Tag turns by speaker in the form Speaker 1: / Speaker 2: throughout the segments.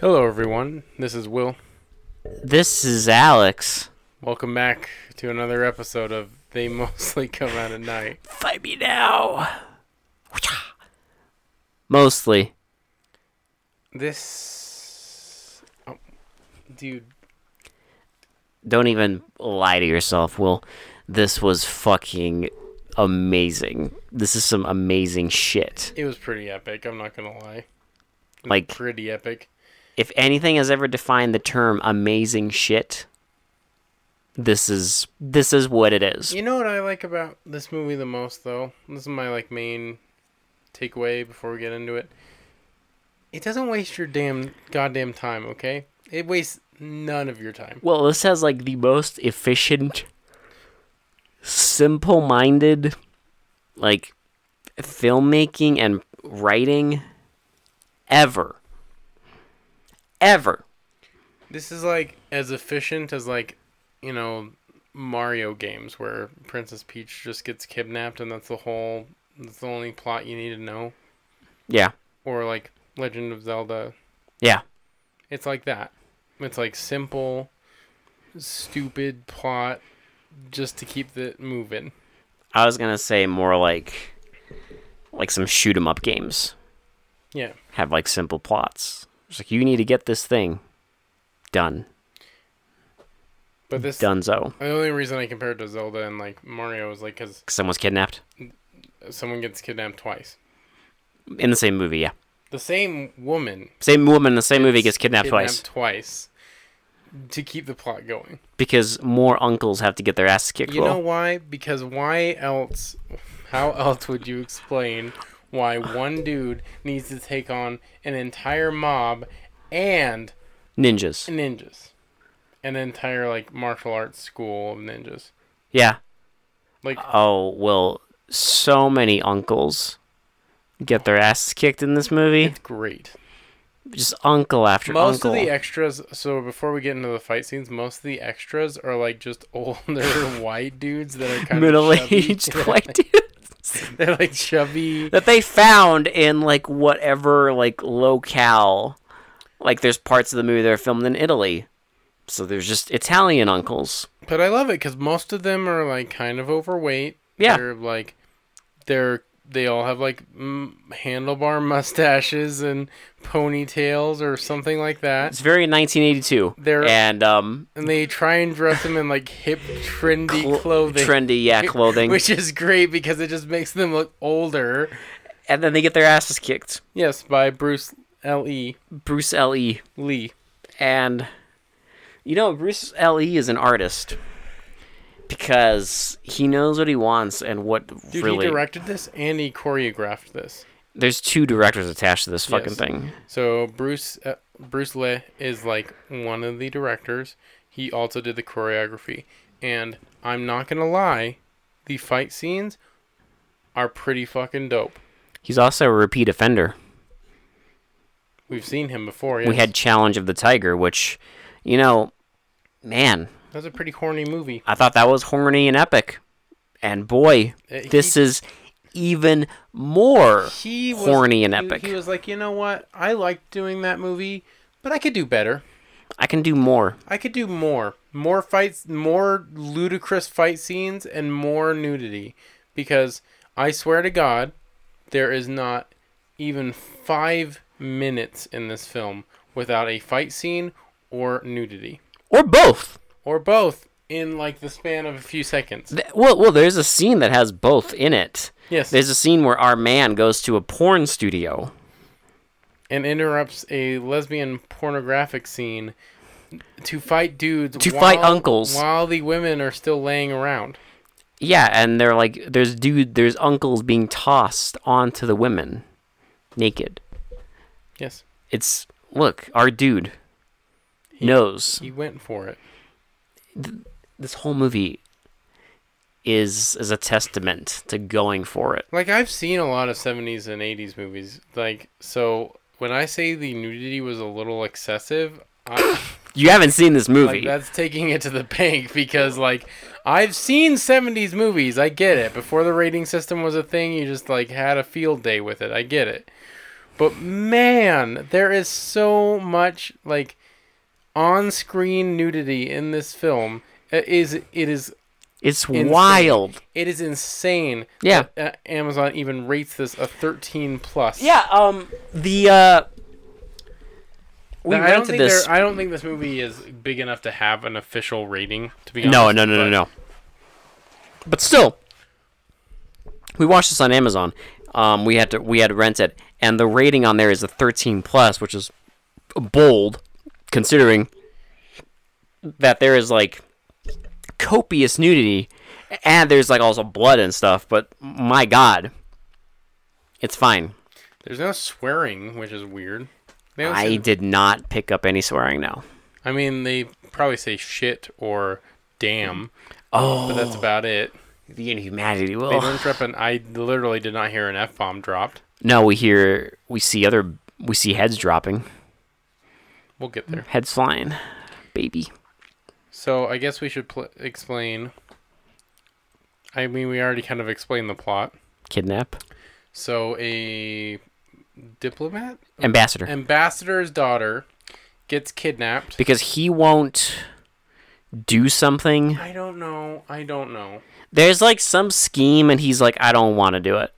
Speaker 1: Hello, everyone. This is Will.
Speaker 2: This is Alex.
Speaker 1: Welcome back to another episode of They Mostly Come Out at Night.
Speaker 2: Fight me now. Mostly.
Speaker 1: This. Oh, dude.
Speaker 2: Don't even lie to yourself, Will. This was fucking amazing. This is some amazing shit.
Speaker 1: It was pretty epic, I'm not gonna lie. It was
Speaker 2: Like-
Speaker 1: Pretty epic.
Speaker 2: If anything has ever defined the term amazing shit, this is this is what it is.
Speaker 1: You know what I like about this movie the most, though? This is my, like, main takeaway before we get into it. It doesn't waste your damn goddamn time, okay? It wastes none of your time.
Speaker 2: Well, this has like the most efficient, simple minded, like filmmaking and writing ever. Ever.
Speaker 1: This is like as efficient as like, you know, Mario games where Princess Peach just gets kidnapped and that's the whole that's the only plot you need to know.
Speaker 2: Yeah.
Speaker 1: Or like Legend of Zelda.
Speaker 2: Yeah.
Speaker 1: It's like that. It's like simple, stupid plot just to keep it moving.
Speaker 2: I was going to say more like like some shoot 'em up games
Speaker 1: Yeah.
Speaker 2: have like simple plots. It's like you need to get this thing done.
Speaker 1: But this
Speaker 2: Dunzo.
Speaker 1: the only reason I compared to Zelda and like Mario is like cuz
Speaker 2: Someone's kidnapped
Speaker 1: someone gets kidnapped twice.
Speaker 2: in the same movie, yeah.
Speaker 1: The same woman
Speaker 2: Same woman in the same movie gets kidnapped twice.
Speaker 1: twice to keep the plot going.
Speaker 2: because more uncles have to get their asses kicked.
Speaker 1: You
Speaker 2: Will.
Speaker 1: know why? Because why else? How else would you explain why one dude needs to take on an entire mob and
Speaker 2: ninjas.
Speaker 1: ninjas, an entire like martial arts school of ninjas?
Speaker 2: Yeah.
Speaker 1: Like
Speaker 2: Oh well, so many uncles get their asses kicked in this movie.
Speaker 1: it's great.
Speaker 2: Just uncle after
Speaker 1: Most
Speaker 2: uncle.
Speaker 1: of the extras. So before we get into the fight scenes, most of the extras are like just older white dudes that are kind
Speaker 2: Middle
Speaker 1: of
Speaker 2: aged white dude
Speaker 1: They're like chubby.
Speaker 2: that they found in like whatever like locale. Like there's parts of the movie that are filmed in Italy, so there's just Italian uncles.
Speaker 1: But I love it because most of them are like kind of overweight.
Speaker 2: Yeah.
Speaker 1: they're like they're they all have like m- handlebar mustaches and ponytails or something like that.
Speaker 2: It's very 1982,
Speaker 1: They're-
Speaker 2: and um,
Speaker 1: And they try and dress them in like hip, trendy
Speaker 2: cl-
Speaker 1: clothing,
Speaker 2: trendy, yeah, clothing,
Speaker 1: which is great because it just makes them look older.
Speaker 2: and then they get their asses kicked.
Speaker 1: Yes, by Bruce L. E.
Speaker 2: Bruce L. E.
Speaker 1: Lee.
Speaker 2: and you know Bruce L.E. is an artist because he knows what he wants and what
Speaker 1: Dude,
Speaker 2: really.
Speaker 1: he directed this and he choreographed this.
Speaker 2: There's two directors attached to this fucking
Speaker 1: Yes.
Speaker 2: thing.
Speaker 1: So Bruce uh, Bruce Lee is like one of the directors. He also did the choreography, and I'm not gonna lie, the fight scenes are pretty fucking dope.
Speaker 2: He's also a repeat offender.
Speaker 1: We've seen him before. Yes.
Speaker 2: We had Challenge of the Tiger, which, you know, man,
Speaker 1: that's a pretty horny movie.
Speaker 2: I thought that was horny and epic, and boy,
Speaker 1: Uh, he-
Speaker 2: this is even more.
Speaker 1: He was,
Speaker 2: horny and
Speaker 1: he-
Speaker 2: epic.
Speaker 1: He, was like, you know what? I liked doing that movie, but I could do better.
Speaker 2: I can do more.
Speaker 1: I could do more, more fights, more ludicrous fight scenes, and more nudity, because I swear to God, there is not even five minutes in this film without a fight scene or nudity
Speaker 2: Or both.
Speaker 1: or both in like the span of a few seconds.
Speaker 2: Th- Well, well, there's a scene that has both in it.
Speaker 1: Yes,
Speaker 2: There's a scene where our man goes to a porn studio.
Speaker 1: and interrupts a lesbian pornographic scene to fight dudes
Speaker 2: To fight uncles.
Speaker 1: while the women are still laying around.
Speaker 2: Yeah, and they're like, there's dude, there's uncles being tossed onto the women, naked.
Speaker 1: Yes,
Speaker 2: It's look, our dude knows
Speaker 1: he went for it.
Speaker 2: this whole movie is is a testament to going for it.
Speaker 1: Like I've seen a lot of 70s and 80s movies. Like so when I say the nudity was a little excessive, I,
Speaker 2: You haven't seen this
Speaker 1: like
Speaker 2: movie.
Speaker 1: that's taking it to the bank because like I've seen 70s movies. I get it. Before the rating system was a thing, you just like had a field day with it. I get it. But man, there is so much like on-screen nudity in this film. It is it is
Speaker 2: It's
Speaker 1: Insane.
Speaker 2: wild.
Speaker 1: it is insane.
Speaker 2: Yeah.
Speaker 1: that, uh, Amazon even rates this a 13 plus.
Speaker 2: Yeah, um the uh we
Speaker 1: Th- I don't
Speaker 2: rented
Speaker 1: think
Speaker 2: this.
Speaker 1: there- I don't think this movie is big enough to have an official rating. To be honest,
Speaker 2: No, no, no, no,
Speaker 1: but-
Speaker 2: no. But still, we watched this on Amazon. Um, we had to we had to rent it, and the rating on there is a 13 plus, which is bold, considering that there is like copious nudity, and there's like also blood and stuff. But my God, it's fine.
Speaker 1: There's no swearing, which is weird. They don't
Speaker 2: I
Speaker 1: say-
Speaker 2: did not pick up any swearing. No.
Speaker 1: I mean, they probably say shit or damn,
Speaker 2: Oh,
Speaker 1: but that's about it.
Speaker 2: the inhumanity.
Speaker 1: They
Speaker 2: Well,
Speaker 1: don't drop an. I literally did not hear an f bomb dropped.
Speaker 2: no, we hear we see other we see heads dropping.
Speaker 1: We'll get there.
Speaker 2: heads flying, baby.
Speaker 1: So I guess we should pl- explain. I mean, we already kind of explained the plot.
Speaker 2: Kidnap
Speaker 1: So a diplomat,
Speaker 2: ambassador
Speaker 1: ambassador's daughter, gets kidnapped.
Speaker 2: because he won't do something.
Speaker 1: I don't know. I don't know.
Speaker 2: There's like some scheme, and he's like, I don't want to do it,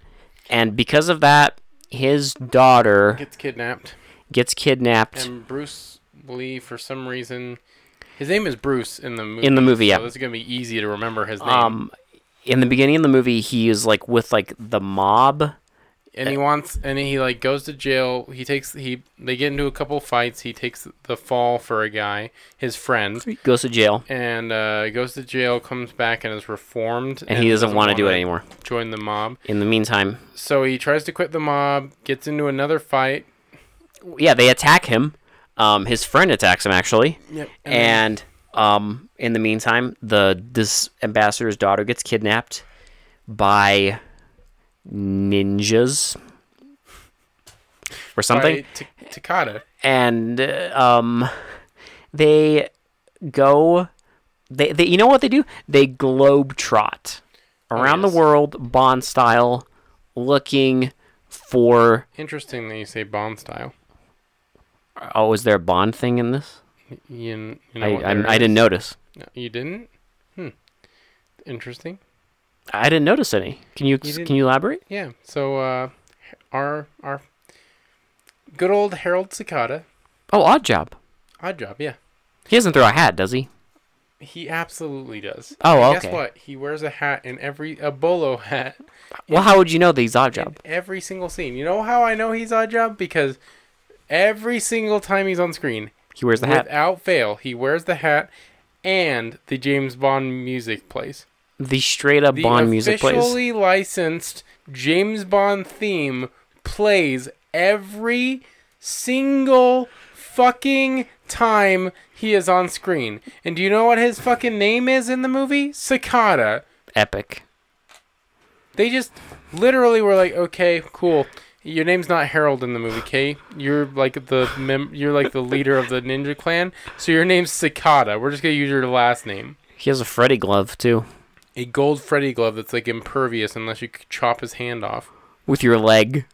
Speaker 2: and because of that, his daughter
Speaker 1: Gets kidnapped,
Speaker 2: gets kidnapped.
Speaker 1: and Bruce Lee, for some reason, his name is Bruce in the movie.
Speaker 2: In the movie,
Speaker 1: So
Speaker 2: yeah.
Speaker 1: this is gonna be easy to remember his name.
Speaker 2: Um, in the beginning of the movie, he is like with like the mob.
Speaker 1: and he wants and he like goes to jail he takes he they get into a couple fights he takes the fall for a guy his friend
Speaker 2: goes to jail,
Speaker 1: and uh, goes to jail comes back and is reformed
Speaker 2: and, he doesn't want to do it
Speaker 1: wanna
Speaker 2: anymore.
Speaker 1: join the mob
Speaker 2: In the meantime,
Speaker 1: so he tries to quit the mob gets into another fight
Speaker 2: yeah, they attack him. Um, his friend attacks him actually.
Speaker 1: yep.
Speaker 2: and um, in the meantime, the this ambassador's daughter gets kidnapped by ninjas or something,
Speaker 1: Takata
Speaker 2: and uh, um, they go. They, they you know what they do? They globetrot around
Speaker 1: Oh, yes.
Speaker 2: the world, Bond style, looking for.
Speaker 1: interesting that you say Bond style
Speaker 2: Oh, is there a Bond thing in this?
Speaker 1: you, you know
Speaker 2: I
Speaker 1: what
Speaker 2: I,
Speaker 1: there
Speaker 2: I didn't
Speaker 1: is?
Speaker 2: notice.
Speaker 1: No, you didn't hmm interesting
Speaker 2: I didn't notice any. Can you,
Speaker 1: You didn't-
Speaker 2: can you elaborate?
Speaker 1: Yeah. So uh, our our good old Harold Cicada,
Speaker 2: Oh, odd job.
Speaker 1: odd job. Yeah,
Speaker 2: He doesn't throw a hat, does he?
Speaker 1: he absolutely does.
Speaker 2: Oh,
Speaker 1: And Guess
Speaker 2: okay.
Speaker 1: what? He wears a hat in every a bolo hat
Speaker 2: Well, how would you know that he's odd job?
Speaker 1: in every single scene. You know how I know he's odd job because every single time he's on screen,
Speaker 2: He wears the hat.
Speaker 1: without fail, he wears the hat. And the James Bond music plays.
Speaker 2: The straight up
Speaker 1: The
Speaker 2: Bond music plays.
Speaker 1: officially licensed James Bond theme plays every single fucking time he is on screen. And do you know what his fucking name is in the movie? Cicada.
Speaker 2: Epic.
Speaker 1: They just literally were like, "Okay, cool. Your name's not Harold in the movie, Kay. You're like the mem- you're like the leader of the ninja clan, so your name's Cicada. We're just going to use your last name."
Speaker 2: He has a Freddy glove too,
Speaker 1: A gold Freddy glove that's like impervious unless you c- chop his hand off.
Speaker 2: with your leg.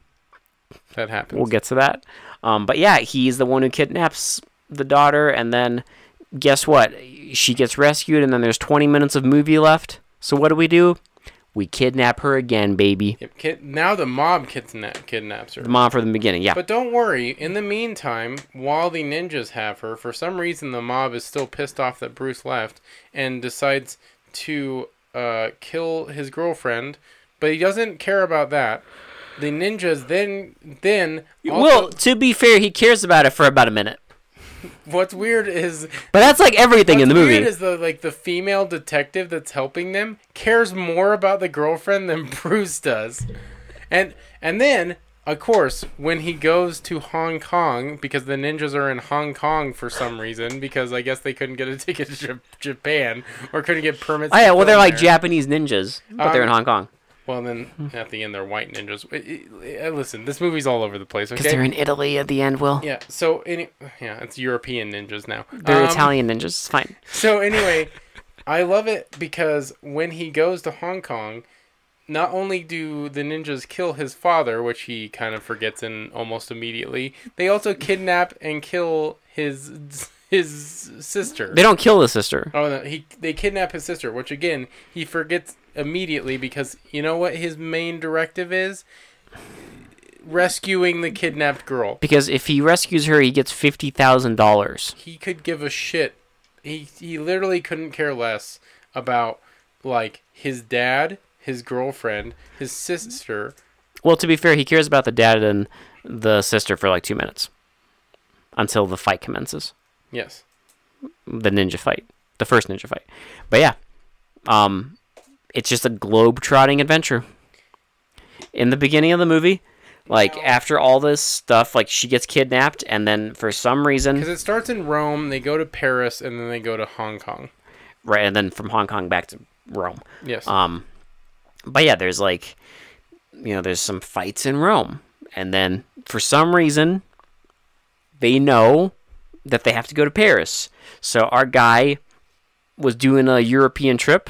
Speaker 1: That happens.
Speaker 2: We'll get to that. Um, but yeah, he's the one who kidnaps the daughter, and then guess what? She gets rescued, and then there's 20 minutes of movie left. So what do we do? We kidnap her again, baby.
Speaker 1: Yep, kid, now the mob kidnap, kidnaps her.
Speaker 2: The mom from the beginning, yeah.
Speaker 1: But don't worry, in the meantime, while the ninjas have her, for some reason the mob is still pissed off that Bruce left and decides to uh, kill his girlfriend, but he doesn't care about that. The ninjas then then
Speaker 2: well, to be fair, he cares about it for about a minute.
Speaker 1: what's weird is
Speaker 2: But that's like everything in the
Speaker 1: what's
Speaker 2: movie.
Speaker 1: weird is the like the female detective that's helping them cares more about the girlfriend than Bruce does. And and then of course when he goes to Hong Kong because the ninjas are in Hong Kong for some reason because I guess they couldn't get a ticket to Ja- Japan or couldn't get permits.
Speaker 2: Oh
Speaker 1: to
Speaker 2: yeah, well they're
Speaker 1: film
Speaker 2: like
Speaker 1: there.
Speaker 2: Japanese ninjas, but they're in
Speaker 1: Um,
Speaker 2: Hong Kong
Speaker 1: Well then at the end they're white ninjas. I- I- I- Listen, this movie's all over the place.
Speaker 2: because they're
Speaker 1: Okay.
Speaker 2: in Italy at the end. Will
Speaker 1: Yeah. So any yeah, it's European ninjas now.
Speaker 2: they're
Speaker 1: Um,
Speaker 2: Italian ninjas? It's fine.
Speaker 1: So anyway, I love it because when he goes to Hong Kong, not only do the ninjas kill his father, which he kind of forgets in almost immediately, they also kidnap and kill his his sister.
Speaker 2: They don't kill the sister.
Speaker 1: Oh no, he they kidnap his sister, which again he forgets immediately because you know what his main directive is rescuing the kidnapped girl.
Speaker 2: Because if he rescues her, he gets fifty thousand dollars.
Speaker 1: He could give a shit. He he literally couldn't care less about like his dad, his girlfriend, his sister.
Speaker 2: Well, to be fair, he cares about the dad and the sister for like two minutes, until the fight commences,
Speaker 1: Yes.
Speaker 2: the ninja fight, the first ninja fight. But yeah, um, it's just a globe-trotting adventure. In the beginning of the movie, like after all this stuff, like she gets kidnapped, and then for some reason,
Speaker 1: Cuz it starts in Rome, they go to Paris and then they go to Hong Kong.
Speaker 2: right, and then from Hong Kong back to Rome.
Speaker 1: Yes.
Speaker 2: Um, but yeah, there's like, you know, there's some fights in Rome, and then for some reason, they know that they have to go to Paris. So our guy was doing a European trip.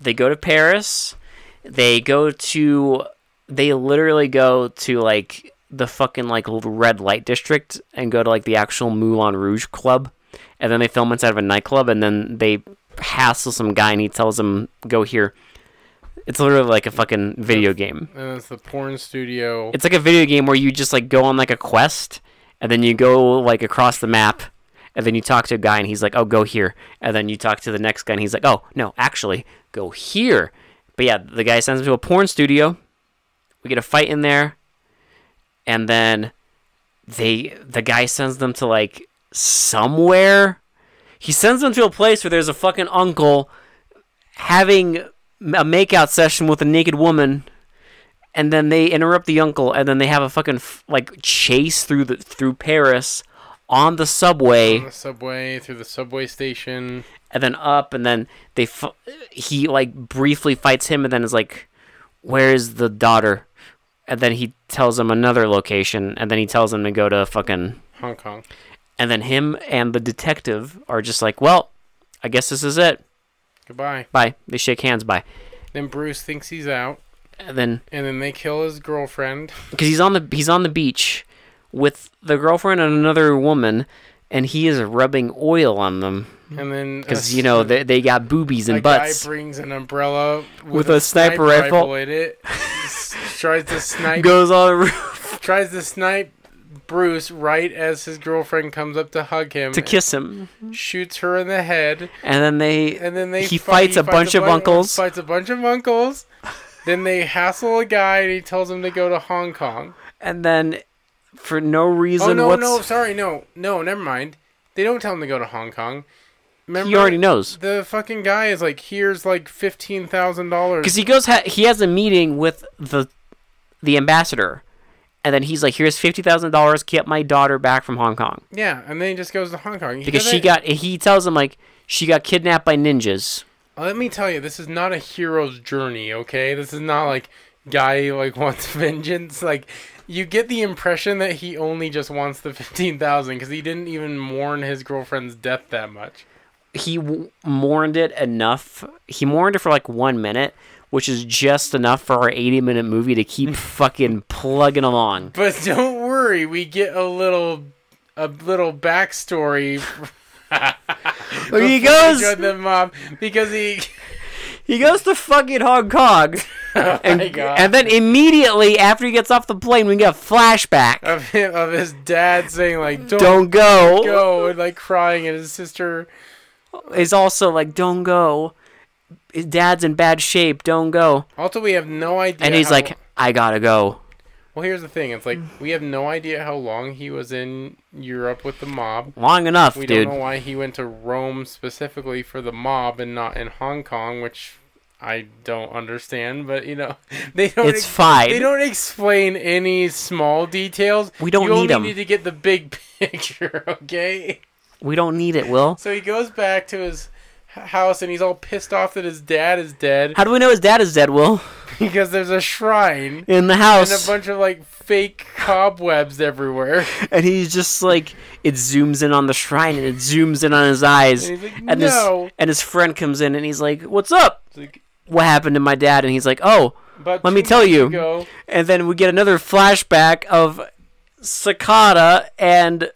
Speaker 2: They go to Paris. They go to. They literally go to like the fucking like little red light district and go to like the actual Moulin Rouge club, and then they film inside of a nightclub, and then they hassle some guy, and he tells them go here. It's literally like a fucking video game.
Speaker 1: and it's the porn studio.
Speaker 2: It's like a video game where you just like go on like a quest, and then you go like across the map, and then you talk to a guy, and he's like, "Oh, go here," and then you talk to the next guy, and he's like, "Oh, no, actually, go here." But yeah, the guy sends him to a porn studio. We get a fight in there, and then they the guy sends them to like somewhere. He sends them to a place where there's a fucking uncle having a makeout session with a naked woman and then they interrupt the uncle, and then they have a fucking f- like chase through the through Paris on the subway,
Speaker 1: on the subway through the subway station.
Speaker 2: and then up, and then they f- he like briefly fights him, and then is like, "Where's the daughter?" And then he tells him another location, and then he tells him to go to fucking,
Speaker 1: Hong Kong.
Speaker 2: and then him and the detective are just like, "Well, I guess this is it.
Speaker 1: Goodbye.
Speaker 2: Bye." They shake hands. Bye.
Speaker 1: Then Bruce thinks he's out,
Speaker 2: And then
Speaker 1: and then they kill his girlfriend.
Speaker 2: because he's on the he's on the beach with the girlfriend and another woman, and he is rubbing oil on them
Speaker 1: And then
Speaker 2: because
Speaker 1: a-
Speaker 2: you know they, they got boobies and
Speaker 1: a
Speaker 2: butts.
Speaker 1: guy brings an umbrella with,
Speaker 2: With a sniper rifle.
Speaker 1: in it. s- tries to snipe.
Speaker 2: Goes on the roof
Speaker 1: Tries to snipe Bruce right as his girlfriend comes up to hug him.
Speaker 2: to kiss him,
Speaker 1: Shoots her in the head,
Speaker 2: and then they
Speaker 1: and then they
Speaker 2: he
Speaker 1: fight-
Speaker 2: fights a bunch of
Speaker 1: bu-
Speaker 2: uncles.
Speaker 1: Fights a bunch of uncles. then they hassle a guy, and he tells him to go to Hong Kong.
Speaker 2: and then for no
Speaker 1: Oh
Speaker 2: reason
Speaker 1: no,
Speaker 2: what's
Speaker 1: no, sorry, no, no, never mind. They don't tell him to go to Hong Kong. Remember,
Speaker 2: he already knows
Speaker 1: the fucking guy is like, here's like fifteen thousand dollars.
Speaker 2: because he goes ha- he has a meeting with the the ambassador, and then he's like, "Here's fifty thousand dollars. Get my daughter back from Hong Kong
Speaker 1: Yeah, and then he just goes to Hong Kong He
Speaker 2: because she
Speaker 1: doesn't-
Speaker 2: got." He tells him like she got kidnapped by ninjas.
Speaker 1: Let me tell you, this is not a hero's journey. Okay, this is not like guy like wants vengeance. Like you get the impression that he only just wants the fifteen thousand because he didn't even mourn his girlfriend's death that much.
Speaker 2: he w- mourned it enough. He mourned it for like one minute, which is just enough for our 80 minute movie to keep fucking plugging along.
Speaker 1: But don't worry, we get a little a little backstory.
Speaker 2: Oh, he
Speaker 1: Join
Speaker 2: goes,
Speaker 1: the mob because he.
Speaker 2: he goes to fucking Hong Kong, and,
Speaker 1: oh my God.
Speaker 2: and then immediately after he gets off the plane, we get a flashback.
Speaker 1: of him of his dad saying like don't,
Speaker 2: don't go.
Speaker 1: go and like crying and his sister
Speaker 2: Is also like, don't go. His dad's in bad shape. Don't go.
Speaker 1: also we have no idea
Speaker 2: And he's
Speaker 1: how-
Speaker 2: like, I gotta go.
Speaker 1: well here's the thing it's like we have no idea how long he was in europe with the mob
Speaker 2: Long enough,
Speaker 1: we
Speaker 2: dude.
Speaker 1: don't know why he went to rome specifically for the mob and not in hong kong which i don't understand but you know they don't ex-
Speaker 2: It's fine.
Speaker 1: they don't explain any small details
Speaker 2: We don't
Speaker 1: you
Speaker 2: need
Speaker 1: only
Speaker 2: 'em.
Speaker 1: need to get the big picture okay
Speaker 2: we don't need it, Will.
Speaker 1: So he goes back to his h- house and he's all pissed off that his dad is dead
Speaker 2: How do we know his dad is dead, Will?
Speaker 1: because there's a shrine
Speaker 2: In the
Speaker 1: and
Speaker 2: house.
Speaker 1: a bunch of like fake cobwebs everywhere.
Speaker 2: and he's just like it zooms in on the shrine and it zooms in on his eyes
Speaker 1: And he's like,
Speaker 2: his
Speaker 1: "No."
Speaker 2: and his friend comes in and he's like what's up
Speaker 1: It's like,
Speaker 2: what happened to my dad and he's like oh
Speaker 1: But
Speaker 2: Let me
Speaker 1: two
Speaker 2: tell
Speaker 1: weeks
Speaker 2: you.
Speaker 1: ago-
Speaker 2: And then we get another flashback of Sakata and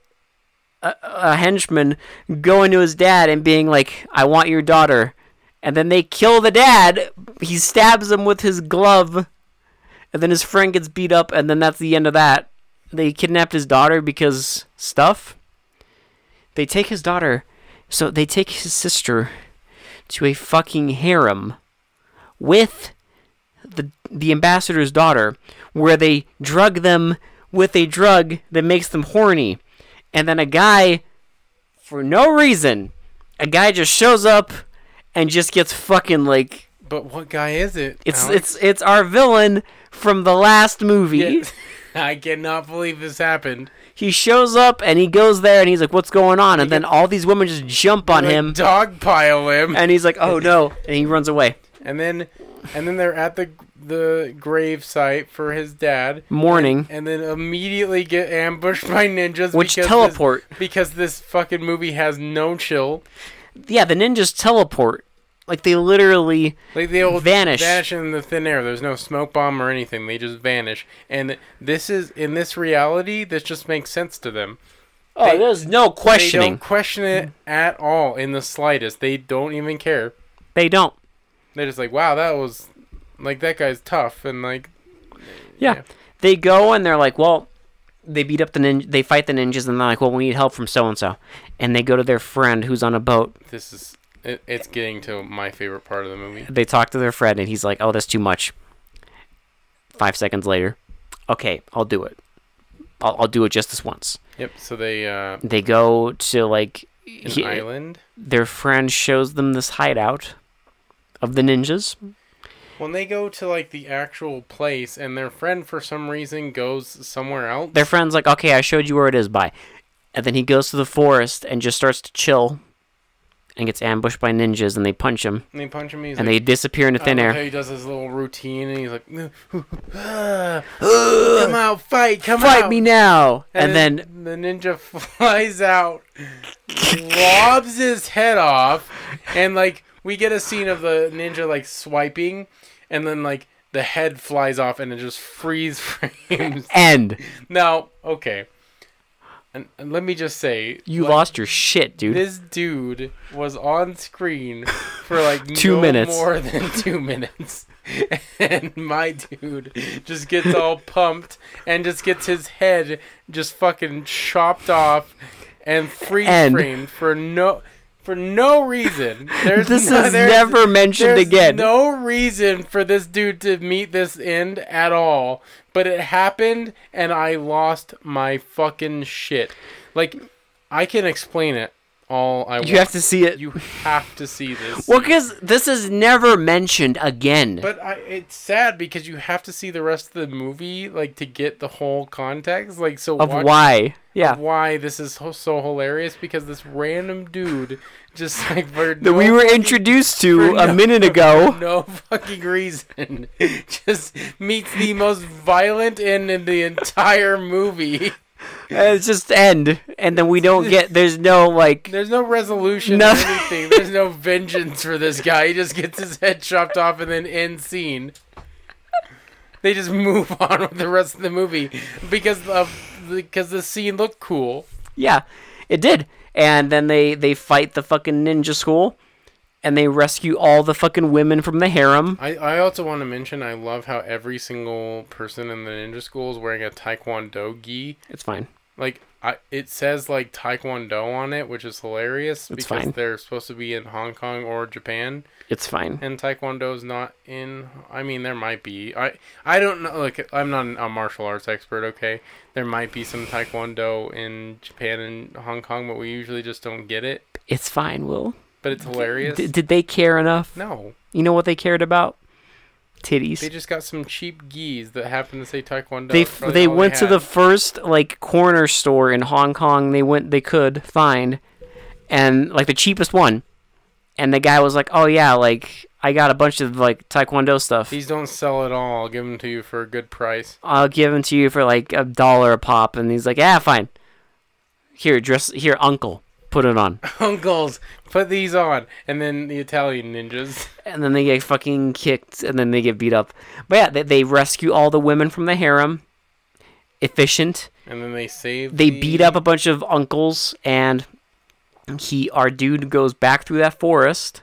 Speaker 2: a, a henchman going to his dad and being like, I want your daughter. And then they kill the dad. He stabs him with his glove. And then his friend gets beat up. And then that's the end of that. They kidnapped his daughter because stuff. They take his daughter. So they take his sister to a fucking harem with the the ambassador's daughter, where they drug them with a drug that makes them horny, and then a guy, for no reason, a guy just shows up and just gets fucking like
Speaker 1: But what guy is it?
Speaker 2: it's
Speaker 1: Alex?
Speaker 2: it's it's our villain from the last movie.
Speaker 1: I cannot believe this happened.
Speaker 2: He shows up and he goes there and he's like, "What's going on?" And then all these women just jump on
Speaker 1: Like,
Speaker 2: him.
Speaker 1: Dogpile him.
Speaker 2: And he's like, "Oh no!" and he runs away,
Speaker 1: and then and then they're at the the grave site for his dad
Speaker 2: mourning.
Speaker 1: and then immediately get ambushed by ninjas
Speaker 2: Which
Speaker 1: because
Speaker 2: teleport.
Speaker 1: this, because this fucking movie has no chill
Speaker 2: Yeah, the ninjas teleport. Like they literally
Speaker 1: like they all
Speaker 2: Vanish.
Speaker 1: vanish in the thin air there's no smoke bomb or anything they just vanish and this is in this reality this just makes sense to them
Speaker 2: Oh,
Speaker 1: They-
Speaker 2: there's no
Speaker 1: they
Speaker 2: questioning.
Speaker 1: don't question it at all in the slightest they don't even care
Speaker 2: They don't.
Speaker 1: they're just like wow that was like that guy's tough and like
Speaker 2: Yeah.
Speaker 1: Yeah.
Speaker 2: They go and they're like, well, they beat up the nin- they fight the ninjas and they're like, well, we need help from so and so, and they go to their friend who's on a boat.
Speaker 1: this is it, it's getting to my favorite part of the movie
Speaker 2: They talk to their friend and he's like, oh, that's too much. Five seconds later, okay, I'll do it. I'll, I'll do it just this once.
Speaker 1: Yep. So they uh,
Speaker 2: They go to like
Speaker 1: an
Speaker 2: he-
Speaker 1: island.
Speaker 2: their friend shows them this hideout of the ninjas.
Speaker 1: When they go to like the actual place, and their friend for some reason goes somewhere else.
Speaker 2: Their friend's like, okay, I showed you where it is, bye. And then he goes to the forest and just starts to chill and gets ambushed by ninjas and they punch him
Speaker 1: and they punch him. He's
Speaker 2: and
Speaker 1: like,
Speaker 2: they disappear into
Speaker 1: I
Speaker 2: thin
Speaker 1: love
Speaker 2: air.
Speaker 1: how He does his little routine, and he's like, "Ah, "Come out, fight! Come
Speaker 2: Fight
Speaker 1: out!"
Speaker 2: me now! And, then
Speaker 1: the ninja flies out, lobs his head off, and like we get a scene of the ninja like swiping, and then like the head flies off, and it just freeze frames.
Speaker 2: end.
Speaker 1: Now, okay. And, and let me just say,
Speaker 2: You
Speaker 1: like,
Speaker 2: lost your shit, dude.
Speaker 1: This dude was on screen for like
Speaker 2: Two
Speaker 1: no
Speaker 2: minutes.
Speaker 1: more than two minutes, and my dude just gets all pumped and just gets his head just fucking chopped off and freeze
Speaker 2: And-
Speaker 1: framed for no for no reason. There's
Speaker 2: this
Speaker 1: no,
Speaker 2: is
Speaker 1: there's-
Speaker 2: never mentioned
Speaker 1: there's
Speaker 2: again.
Speaker 1: No reason for this dude to meet this end at all, but it happened, and I lost my fucking shit. Like, I can explain it all I want.
Speaker 2: you have to see it.
Speaker 1: You have to see this.
Speaker 2: well, because this is never mentioned again.
Speaker 1: but I, it's sad because you have to see the rest of the movie like to get the whole context. Like, so
Speaker 2: of
Speaker 1: watch-
Speaker 2: why. Yeah.
Speaker 1: Why this is so, so hilarious? Because this random dude just like for
Speaker 2: That we
Speaker 1: no
Speaker 2: were introduced to
Speaker 1: for
Speaker 2: a
Speaker 1: no-
Speaker 2: minute ago.
Speaker 1: no fucking reason. Just meets the most violent end in the entire movie.
Speaker 2: and It's just end. And then we don't get, there's no like.
Speaker 1: There's no resolution
Speaker 2: No.
Speaker 1: or anything. There's no vengeance for this guy. He just gets his head chopped off and then end scene. They just move on with the rest of the movie because of because the scene looked cool.
Speaker 2: Yeah, it did. And then they they fight the fucking ninja school, and they rescue all the fucking women from the harem.
Speaker 1: I, I also want to mention I love how every single person in the ninja school is wearing a taekwondo gi.
Speaker 2: It's fine.
Speaker 1: like I, it says like Taekwondo on it, which is hilarious because
Speaker 2: It's fine.
Speaker 1: they're supposed to be in Hong Kong or Japan,
Speaker 2: It's fine.
Speaker 1: and Taekwondo's not in. I mean, there might be. I I don't know. Look, I'm not a martial arts expert. Okay, there might be some Taekwondo in Japan and Hong Kong, but we usually just don't get it.
Speaker 2: It's fine. Will
Speaker 1: But it's hilarious.
Speaker 2: D- did they care enough?
Speaker 1: no,
Speaker 2: You know what they cared about?
Speaker 1: they
Speaker 2: Titties.
Speaker 1: just got some cheap geese that happen to say Taekwondo. oh,
Speaker 2: They
Speaker 1: That's
Speaker 2: f-
Speaker 1: probably
Speaker 2: they
Speaker 1: all
Speaker 2: went to
Speaker 1: had.
Speaker 2: the first like corner store in Hong Kong. They went they could find, and like the cheapest one, and the guy was like, "Oh yeah, like I got a bunch of like taekwondo stuff.
Speaker 1: These don't sell at all. I'll give them to you for a good price.
Speaker 2: I'll give them to you for like a dollar a pop. And he's like, ah, fine. Here, dress here, uncle. put it on.
Speaker 1: Uncles, put these on, and then the Italian ninjas.
Speaker 2: And then they get fucking kicked, and then they get beat up. But yeah, they, they rescue all the women from the harem. Efficient.
Speaker 1: And then they save.
Speaker 2: They
Speaker 1: the-
Speaker 2: beat up a bunch of uncles, and he, our dude, goes back through that forest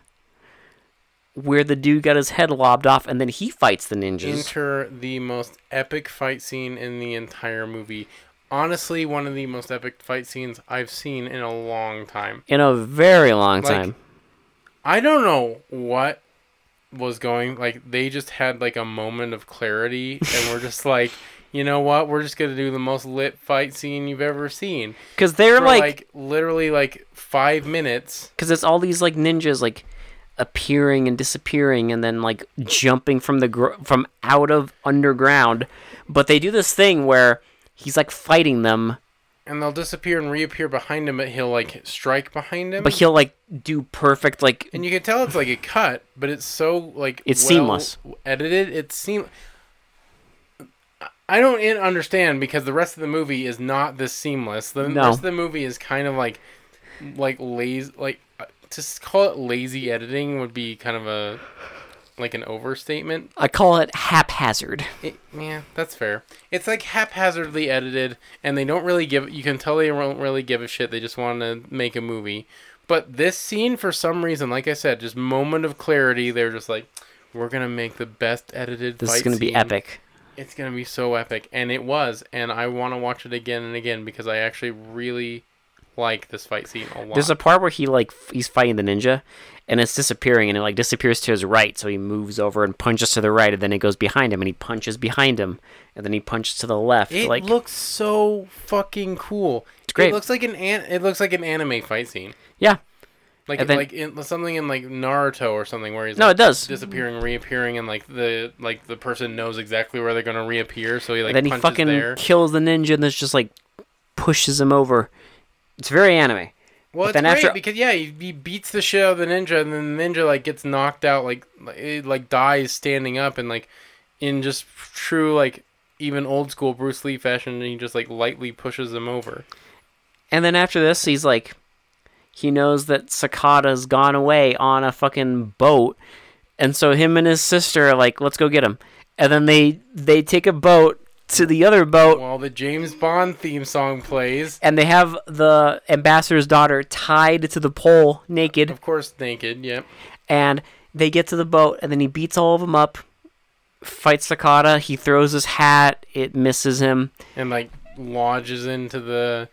Speaker 2: where the dude got his head lobbed off, and then he fights the ninjas.
Speaker 1: Enter the most epic fight scene in the entire movie. Honestly, one of the most epic fight scenes I've seen in a long time.
Speaker 2: in a very long
Speaker 1: Like-
Speaker 2: time.
Speaker 1: I don't know what was going like they just had like a moment of clarity and we're just like, you know what? We're just going to do the most lit fight scene you've ever seen.
Speaker 2: Because they're
Speaker 1: For
Speaker 2: like,
Speaker 1: like literally like 5 minutes.
Speaker 2: because it's all these like ninjas like appearing and disappearing and then like jumping from the gr- from out of underground, but they do this thing where he's like fighting them,
Speaker 1: and they'll disappear and reappear behind him, but he'll like strike behind him.
Speaker 2: but he'll like do perfect like
Speaker 1: and you can tell it's like a cut, but it's so like
Speaker 2: It's seamless.
Speaker 1: edited. It's seem. I don't in- understand because the rest of the movie is not this seamless. The
Speaker 2: No.
Speaker 1: rest of the movie is kind of like, like lazy. Like uh, to s- call it lazy editing would be kind of a, like an overstatement.
Speaker 2: I call it haphazard.
Speaker 1: It, yeah, that's fair. It's like haphazardly edited, and they don't really give. You can tell they don't really give a shit. They just want to make a movie. But this scene, for some reason, like I said, just moment of clarity. They're just like, we're gonna make the best edited.
Speaker 2: This is
Speaker 1: fight
Speaker 2: gonna be
Speaker 1: scene.
Speaker 2: epic.
Speaker 1: It's gonna be so epic, and it was. And I want to watch it again and again because I actually really like this fight scene a lot.
Speaker 2: There's a part where he like f- he's fighting the ninja, and it's disappearing, and it like disappears to his right. So he moves over and punches to the right, and then it goes behind him, and he punches behind him, and then he punches to the left.
Speaker 1: it
Speaker 2: like
Speaker 1: looks so fucking cool. It's
Speaker 2: great.
Speaker 1: It looks like an, an it looks like an anime fight scene.
Speaker 2: yeah,
Speaker 1: like
Speaker 2: And then-
Speaker 1: like in, something in like Naruto or something where he's
Speaker 2: No,
Speaker 1: like,
Speaker 2: it does.
Speaker 1: disappearing, reappearing, and like the like the person knows exactly where they're gonna reappear, so he like
Speaker 2: and then he
Speaker 1: punches
Speaker 2: fucking
Speaker 1: there.
Speaker 2: kills the ninja and then just like pushes him over. It's very anime.
Speaker 1: Well,
Speaker 2: but
Speaker 1: it's
Speaker 2: then
Speaker 1: great
Speaker 2: after-
Speaker 1: because yeah, he, he beats the shit out of the ninja, and then the ninja like gets knocked out, like like, it, like dies standing up, and like in just true like even old school Bruce Lee fashion, he just like lightly pushes him over.
Speaker 2: And then after this, he's like, he knows that Sakata's gone away on a fucking boat, and so him and his sister are like, let's go get him. And then they they take a boat to the other boat,
Speaker 1: While the James Bond theme song plays,
Speaker 2: and they have the ambassador's daughter tied to the pole naked,
Speaker 1: of course naked. Yep.
Speaker 2: and they get to the boat, and then he beats all of them up. Fights Sakata. He throws his hat. It misses him.
Speaker 1: and like lodges into the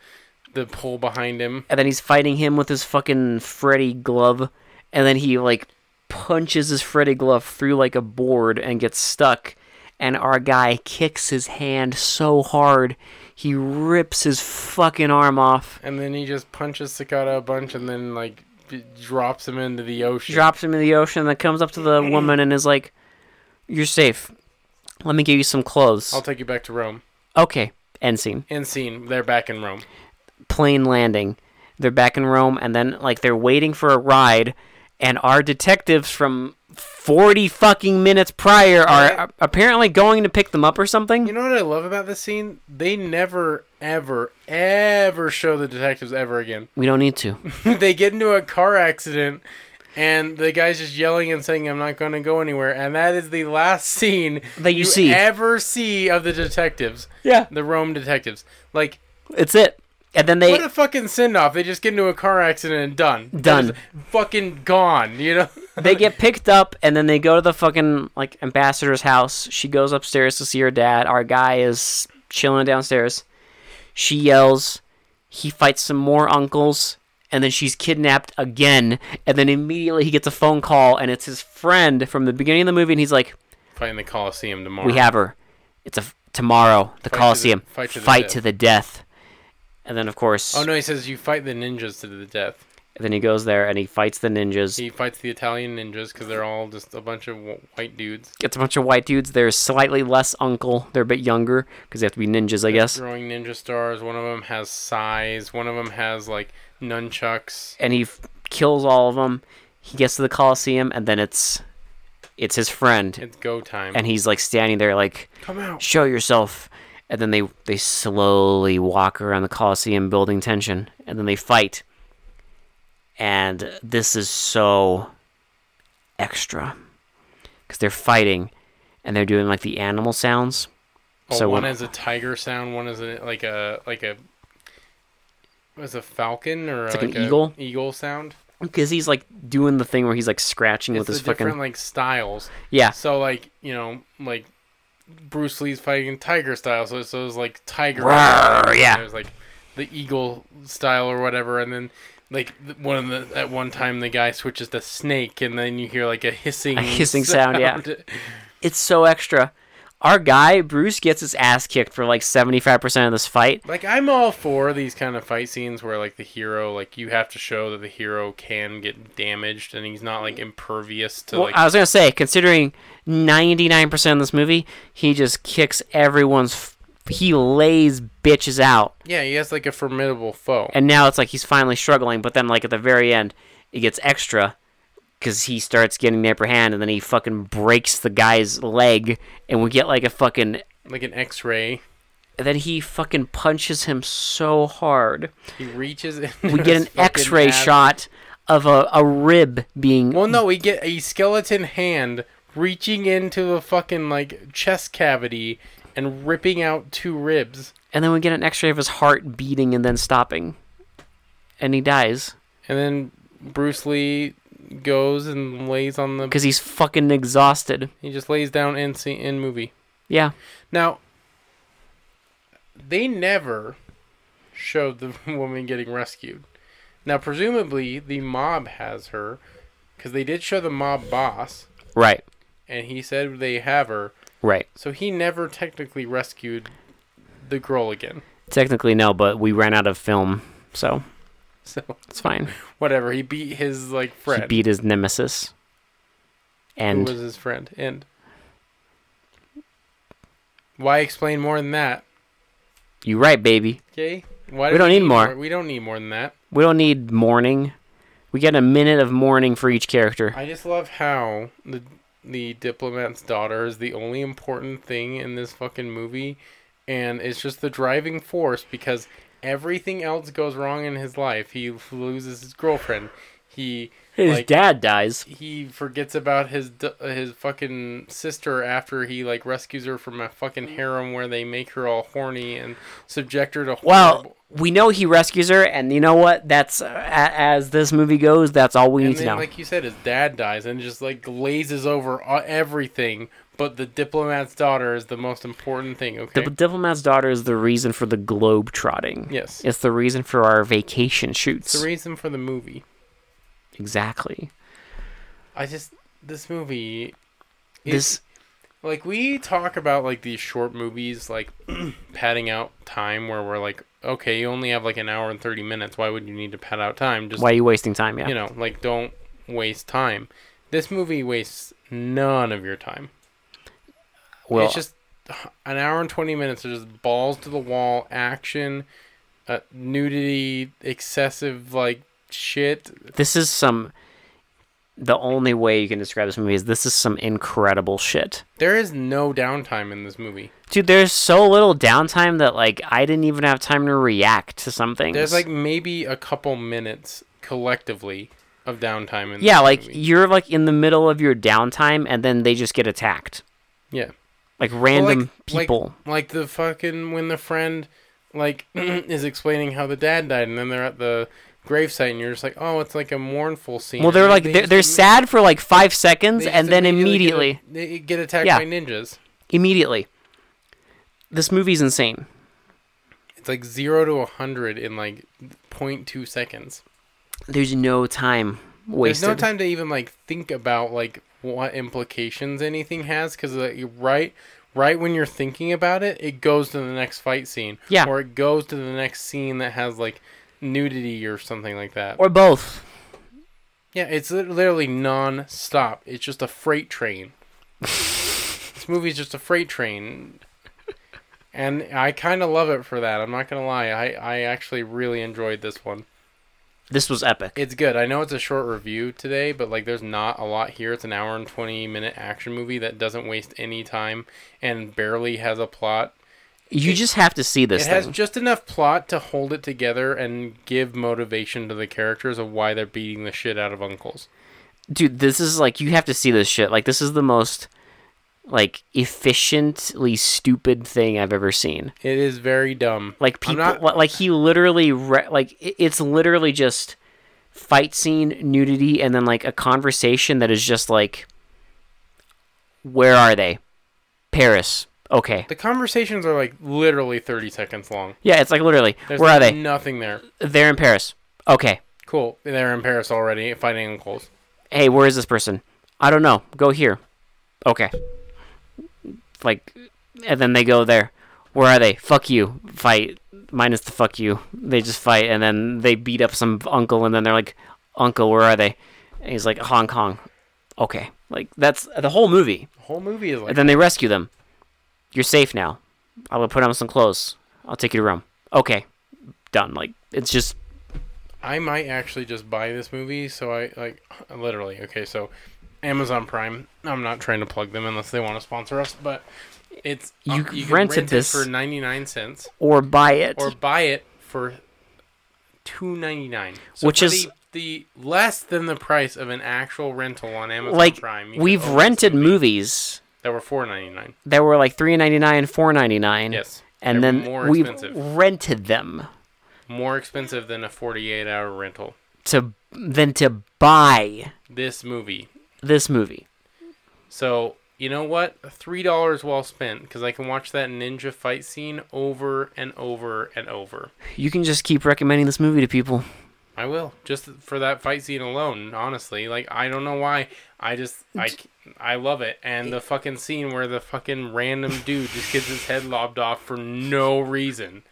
Speaker 1: the pole behind him.
Speaker 2: and then he's fighting him with his fucking Freddy glove, and then he like punches his Freddy glove through like a board and gets stuck, and our guy kicks his hand so hard he rips his fucking arm off,
Speaker 1: And then he just punches Sakata a bunch and then like d- drops him into the ocean.
Speaker 2: drops him in the ocean, then comes up to the woman and is like, "You're safe. Let me give you some clothes."
Speaker 1: I'll take you back to Rome.
Speaker 2: okay, end scene.
Speaker 1: End scene. They're back in Rome.
Speaker 2: plane landing. They're back in Rome, and then like they're waiting for a ride, and our detectives from forty fucking minutes prior are
Speaker 1: Yeah.
Speaker 2: a- apparently going to pick them up or something.
Speaker 1: You know what I love about this scene? They never, ever, ever show the detectives ever again.
Speaker 2: we don't need to.
Speaker 1: they get into a car accident and the guy's just yelling and saying, I'm not going to go anywhere. And that is the last scene
Speaker 2: That you see.
Speaker 1: ever see of the detectives.
Speaker 2: Yeah,
Speaker 1: The Rome detectives. Like,
Speaker 2: it's it. And then they
Speaker 1: What a fucking send off! They just get into a car accident and done. They're
Speaker 2: Done.
Speaker 1: just Fucking gone. You know.
Speaker 2: they get picked up, and then they go to the fucking like ambassador's house. She goes upstairs to see her dad. Our guy is chilling downstairs. She yells. He fights some more uncles, and then she's kidnapped again. And then immediately he gets a phone call, and it's his friend from the beginning of the movie. And he's like,
Speaker 1: Fighting the Coliseum tomorrow.
Speaker 2: "We have her. It's a tomorrow. The
Speaker 1: the-
Speaker 2: Coliseum.
Speaker 1: fight to the
Speaker 2: fight
Speaker 1: death."
Speaker 2: to the death." And then of course,
Speaker 1: Oh no, he says you fight the ninjas to the death.
Speaker 2: then he goes there and he fights the ninjas.
Speaker 1: He fights the Italian ninjas because they're all just a bunch of wh- white dudes
Speaker 2: Gets a bunch of white dudes. They're slightly less uncle. They're a bit younger because they have to be ninjas, I guess.
Speaker 1: throwing ninja stars. One of them has size. One of them has like nunchucks.
Speaker 2: and he f- kills all of them. He gets to the Coliseum, and then it's it's his friend,
Speaker 1: It's go time.
Speaker 2: and he's like standing there, like
Speaker 1: Come out.
Speaker 2: show yourself. And then they they slowly walk around the Coliseum, building tension, and then they fight. and this is so extra because they're fighting and they're doing like the animal sounds.
Speaker 1: Oh,
Speaker 2: So
Speaker 1: one
Speaker 2: when-
Speaker 1: has a tiger sound. One is a, like a like a. Was a falcon or
Speaker 2: like an eagle.
Speaker 1: A eagle sound.
Speaker 2: because he's like doing the thing where he's like scratching
Speaker 1: It's
Speaker 2: with
Speaker 1: the
Speaker 2: his
Speaker 1: different
Speaker 2: fucking
Speaker 1: like styles.
Speaker 2: yeah
Speaker 1: So like you know like Bruce Lee's fighting tiger style. So so it was like tiger.
Speaker 2: Roar,
Speaker 1: and
Speaker 2: yeah.
Speaker 1: It was like the eagle style or whatever, and then like th- one of the at one time the guy switches to snake, and then you hear like a hissing
Speaker 2: A hissing sound, yeah.
Speaker 1: sound.
Speaker 2: it's so extra. Our guy Bruce gets his ass kicked for like seventy five percent of this fight.
Speaker 1: Like I'm all for these kind of fight scenes where like the hero like you have to show that the hero can get damaged and he's not like impervious to
Speaker 2: Well,
Speaker 1: like
Speaker 2: I was gonna say, considering ninety nine percent of this movie, he just kicks everyone's. F- he lays bitches out,
Speaker 1: yeah he has like a formidable foe.
Speaker 2: and now it's like he's finally struggling. But then, like at the very end, it gets extra because he starts getting the upper hand, and then he fucking breaks the guy's leg, and we get like a fucking.
Speaker 1: like an X-ray,
Speaker 2: Then he fucking punches him so hard.
Speaker 1: he reaches.
Speaker 2: We get an X-ray shot of a, a rib being
Speaker 1: Well, no, we get a skeleton hand reaching into a fucking like chest cavity and ripping out two ribs,
Speaker 2: and then we get an x-ray of his heart beating and then stopping and he dies
Speaker 1: and then Bruce Lee goes and lays on the.
Speaker 2: because he's fucking exhausted
Speaker 1: He just lays down in scene- in movie.
Speaker 2: yeah
Speaker 1: Now, they never showed the woman getting rescued. Now, presumably, the mob has her because they did show the mob boss,
Speaker 2: right
Speaker 1: and he said they have her.
Speaker 2: right
Speaker 1: So he never technically rescued the girl again.
Speaker 2: technically no but we ran out of film so
Speaker 1: So
Speaker 2: it's fine
Speaker 1: whatever, he beat his like
Speaker 2: he
Speaker 1: friend.
Speaker 2: beat his nemesis
Speaker 1: Who
Speaker 2: and
Speaker 1: was his friend? And why explain more than that?
Speaker 2: you right baby
Speaker 1: Okay, why
Speaker 2: We
Speaker 1: do
Speaker 2: don't need more.
Speaker 1: We don't need more than that.
Speaker 2: we don't need mourning we get a minute of mourning for each character
Speaker 1: I just love how the the diplomat's daughter is the only important thing in this fucking movie, and it's just the driving force because everything else goes wrong in his life. He loses his girlfriend. He
Speaker 2: his
Speaker 1: like,
Speaker 2: dad dies
Speaker 1: he forgets about his d- his fucking sister after he like rescues her from a fucking harem where they make her all horny and subject her to
Speaker 2: well
Speaker 1: horrible-
Speaker 2: we know he rescues her and you know what that's uh, a- as this movie goes that's all we
Speaker 1: and
Speaker 2: need to
Speaker 1: then
Speaker 2: know
Speaker 1: like you said his dad dies and just like glazes over a- everything but the diplomat's daughter is the most important thing okay
Speaker 2: The Diplomat's Daughter is the reason for the globe trotting.
Speaker 1: yes
Speaker 2: It's the reason for our vacation shoots.
Speaker 1: it's the reason for the movie
Speaker 2: exactly.
Speaker 1: I just this movie It-
Speaker 2: This
Speaker 1: like we talk about like these short movies like padding out time where we're like okay you only have like an hour and 30 minutes why would you need to pad out time just
Speaker 2: why are you wasting time? Yeah.
Speaker 1: you know, like don't waste time. This movie wastes none of your time.
Speaker 2: well,
Speaker 1: it's just an hour and 20 minutes of just balls to the wall action, uh, nudity, excessive like shit.
Speaker 2: this is some. The only way you can describe this movie is this is some incredible shit,
Speaker 1: There is no downtime in this movie.
Speaker 2: dude. There's so little downtime that like I didn't even have time to react to some things.
Speaker 1: There's like maybe a couple minutes collectively of downtime in
Speaker 2: yeah,
Speaker 1: this
Speaker 2: like
Speaker 1: movie.
Speaker 2: you're like in the middle of your downtime and then they just get attacked,
Speaker 1: yeah.
Speaker 2: like
Speaker 1: Well,
Speaker 2: random
Speaker 1: like-
Speaker 2: people.
Speaker 1: Like, like the fucking when the friend like is explaining how the dad died, and then they're at the gravesite, and you're just like, oh, it's like a mournful scene.
Speaker 2: well, they're
Speaker 1: And
Speaker 2: like
Speaker 1: they
Speaker 2: they're,
Speaker 1: just
Speaker 2: they're
Speaker 1: imme-
Speaker 2: sad for like five seconds
Speaker 1: they
Speaker 2: and
Speaker 1: just
Speaker 2: then
Speaker 1: get
Speaker 2: immediately.
Speaker 1: a- they get attacked
Speaker 2: Yeah.
Speaker 1: by ninjas.
Speaker 2: immediately. This movie's insane.
Speaker 1: It's like zero to a hundred in like 0.2 seconds.
Speaker 2: There's no time wasted.
Speaker 1: There's no time to even like think about like what implications anything has because like, you- right, right when you're thinking about it, it goes to the next fight scene.
Speaker 2: Yeah.
Speaker 1: Or it goes to the next scene that has like nudity or something like that.
Speaker 2: Or both.
Speaker 1: yeah, it's lit- literally non-stop. It's just a freight train. this movie's just a freight train. And I kind of love it for that. I'm not gonna lie. I, I actually really enjoyed this one.
Speaker 2: This was epic.
Speaker 1: It's good. I know it's a short review today, but like there's not a lot here. It's an hour and 20 minute action movie that doesn't waste any time and barely has a plot
Speaker 2: You just have to see this
Speaker 1: It has
Speaker 2: thing.
Speaker 1: just enough plot to hold it together and give motivation to the characters of why they're beating the shit out of uncles.
Speaker 2: Dude, this is like you have to see this shit. Like this is the most like efficiently stupid thing I've ever seen.
Speaker 1: It is very dumb.
Speaker 2: Like
Speaker 1: I'm
Speaker 2: people,
Speaker 1: not-
Speaker 2: li- like he literally, re- like i- it's literally just fight scene, nudity, and then like a conversation that is just like, where are they? Paris. Okay.
Speaker 1: the conversations are like literally 30 seconds long.
Speaker 2: Yeah, it's like literally,
Speaker 1: There's
Speaker 2: where are they?
Speaker 1: Nothing there.
Speaker 2: They're in Paris. Okay.
Speaker 1: Cool. They're in Paris already fighting uncles.
Speaker 2: Hey, where is this person? I don't know. Go here. Okay. Like, and then they go there. Where are they? Fuck you. Fight. Minus the fuck you. They just fight, and then they beat up some uncle, and then they're like, Uncle, where are they? And he's like, Hong Kong. Okay. Like, that's the whole movie.
Speaker 1: The whole movie is like
Speaker 2: And then they rescue them. You're safe now. I will put on some clothes. I'll take you to Rome. Okay. Done. Like, it's just.
Speaker 1: I might actually just buy this movie. So I like literally okay. So Amazon Prime. I'm not trying to plug them unless they want to sponsor us, but it's
Speaker 2: You
Speaker 1: uh, can
Speaker 2: rented this.
Speaker 1: for 99 cents
Speaker 2: Or buy it.
Speaker 1: or buy it for 2.99, so
Speaker 2: Which
Speaker 1: for
Speaker 2: is-
Speaker 1: the, the less than the price of an actual rental on Amazon
Speaker 2: like,
Speaker 1: Prime. You
Speaker 2: we've
Speaker 1: can own
Speaker 2: rented movies.
Speaker 1: that were 4.99.
Speaker 2: They were like three ninety nine, four ninety nine.
Speaker 1: Yes,
Speaker 2: And
Speaker 1: they're
Speaker 2: then
Speaker 1: more
Speaker 2: we've
Speaker 1: expensive,
Speaker 2: rented them
Speaker 1: more expensive than a 48 hour rental.
Speaker 2: to than to buy
Speaker 1: This movie
Speaker 2: this movie.
Speaker 1: So you know what? Three dollars well spent because I can watch that ninja fight scene over and over and over.
Speaker 2: You can just keep recommending this movie to people.
Speaker 1: I will just for that fight scene alone. Honestly, like I don't know why. I just I c- I love it. And the fucking scene where the fucking random dude just gets his head lobbed off for no reason.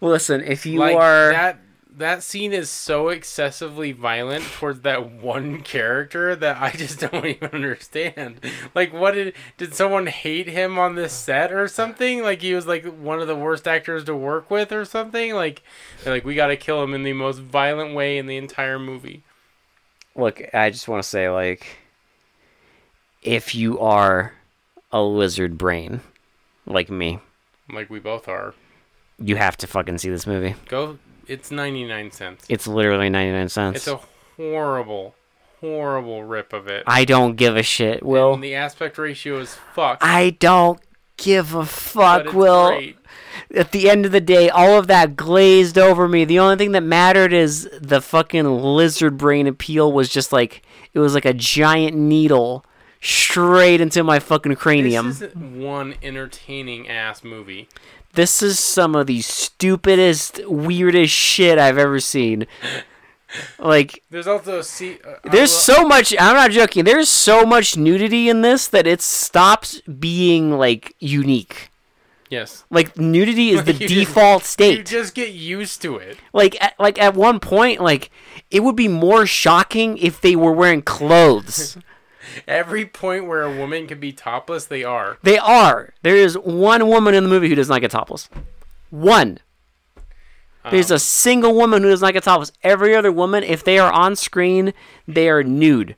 Speaker 2: Listen, if you
Speaker 1: like
Speaker 2: are
Speaker 1: that. That scene is so excessively violent towards that one character that I just don't even understand. Like, what did did someone hate him on this set or something? Like, he was like one of the worst actors to work with or something. Like, they're like we got to kill him in the most violent way in the entire movie.
Speaker 2: look, I just want to say like if you are a lizard brain like me,
Speaker 1: Like we both are.
Speaker 2: you have to fucking see this movie.
Speaker 1: Go. It's ninety nine cents.
Speaker 2: It's literally 99
Speaker 1: It's
Speaker 2: cents.
Speaker 1: a horrible, horrible rip of it.
Speaker 2: I don't give a shit,
Speaker 1: And
Speaker 2: Will.
Speaker 1: the aspect ratio is fucked.
Speaker 2: I don't give a
Speaker 1: but
Speaker 2: fuck,
Speaker 1: it's
Speaker 2: Will.
Speaker 1: great.
Speaker 2: at the end of the day, all of that glazed over me. The only thing that mattered is the fucking lizard brain appeal was just like it was like a giant needle straight into my fucking cranium.
Speaker 1: This isn't one entertaining ass movie.
Speaker 2: some of the stupidest, weirdest shit I've ever seen. Like
Speaker 1: There's also a se- uh, I
Speaker 2: there's
Speaker 1: will-
Speaker 2: so much I'm not joking, there's so much nudity in this that it stops being like unique.
Speaker 1: yes.
Speaker 2: Like nudity is the
Speaker 1: You just-
Speaker 2: default state.
Speaker 1: You just get used to it.
Speaker 2: Like, at, like at one point, like it would be more shocking if they were wearing clothes.
Speaker 1: Every point where a woman can be topless, they are.
Speaker 2: they are. There is one woman in the movie who does not get topless. One. There's
Speaker 1: Oh.
Speaker 2: a single woman who does not get topless. Every other woman, if they are on screen, they are nude.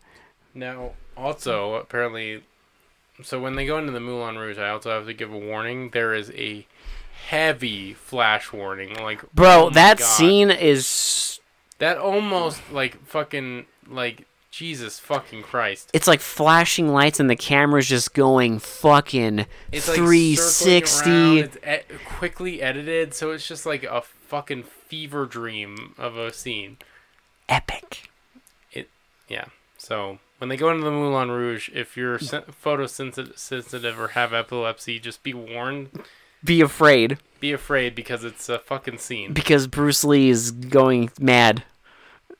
Speaker 1: Now, also apparently, so when they go into the Moulin Rouge, I also have to give a warning. There is a heavy flash warning. Like,
Speaker 2: Bro,
Speaker 1: oh my
Speaker 2: that
Speaker 1: God.
Speaker 2: scene is.
Speaker 1: that almost like fucking like Jesus fucking Christ.
Speaker 2: It's like flashing lights and the camera's just going fucking
Speaker 1: It's like circling
Speaker 2: 360.
Speaker 1: around, It's e- quickly edited, so it's just like a fucking fever dream of a scene.
Speaker 2: epic.
Speaker 1: Yeah. So when they go into the Moulin Rouge, if you're sen- photosensitive sensitive or have epilepsy, just be warned.
Speaker 2: Be afraid
Speaker 1: Be afraid because it's a fucking scene.
Speaker 2: because Bruce Lee is going mad.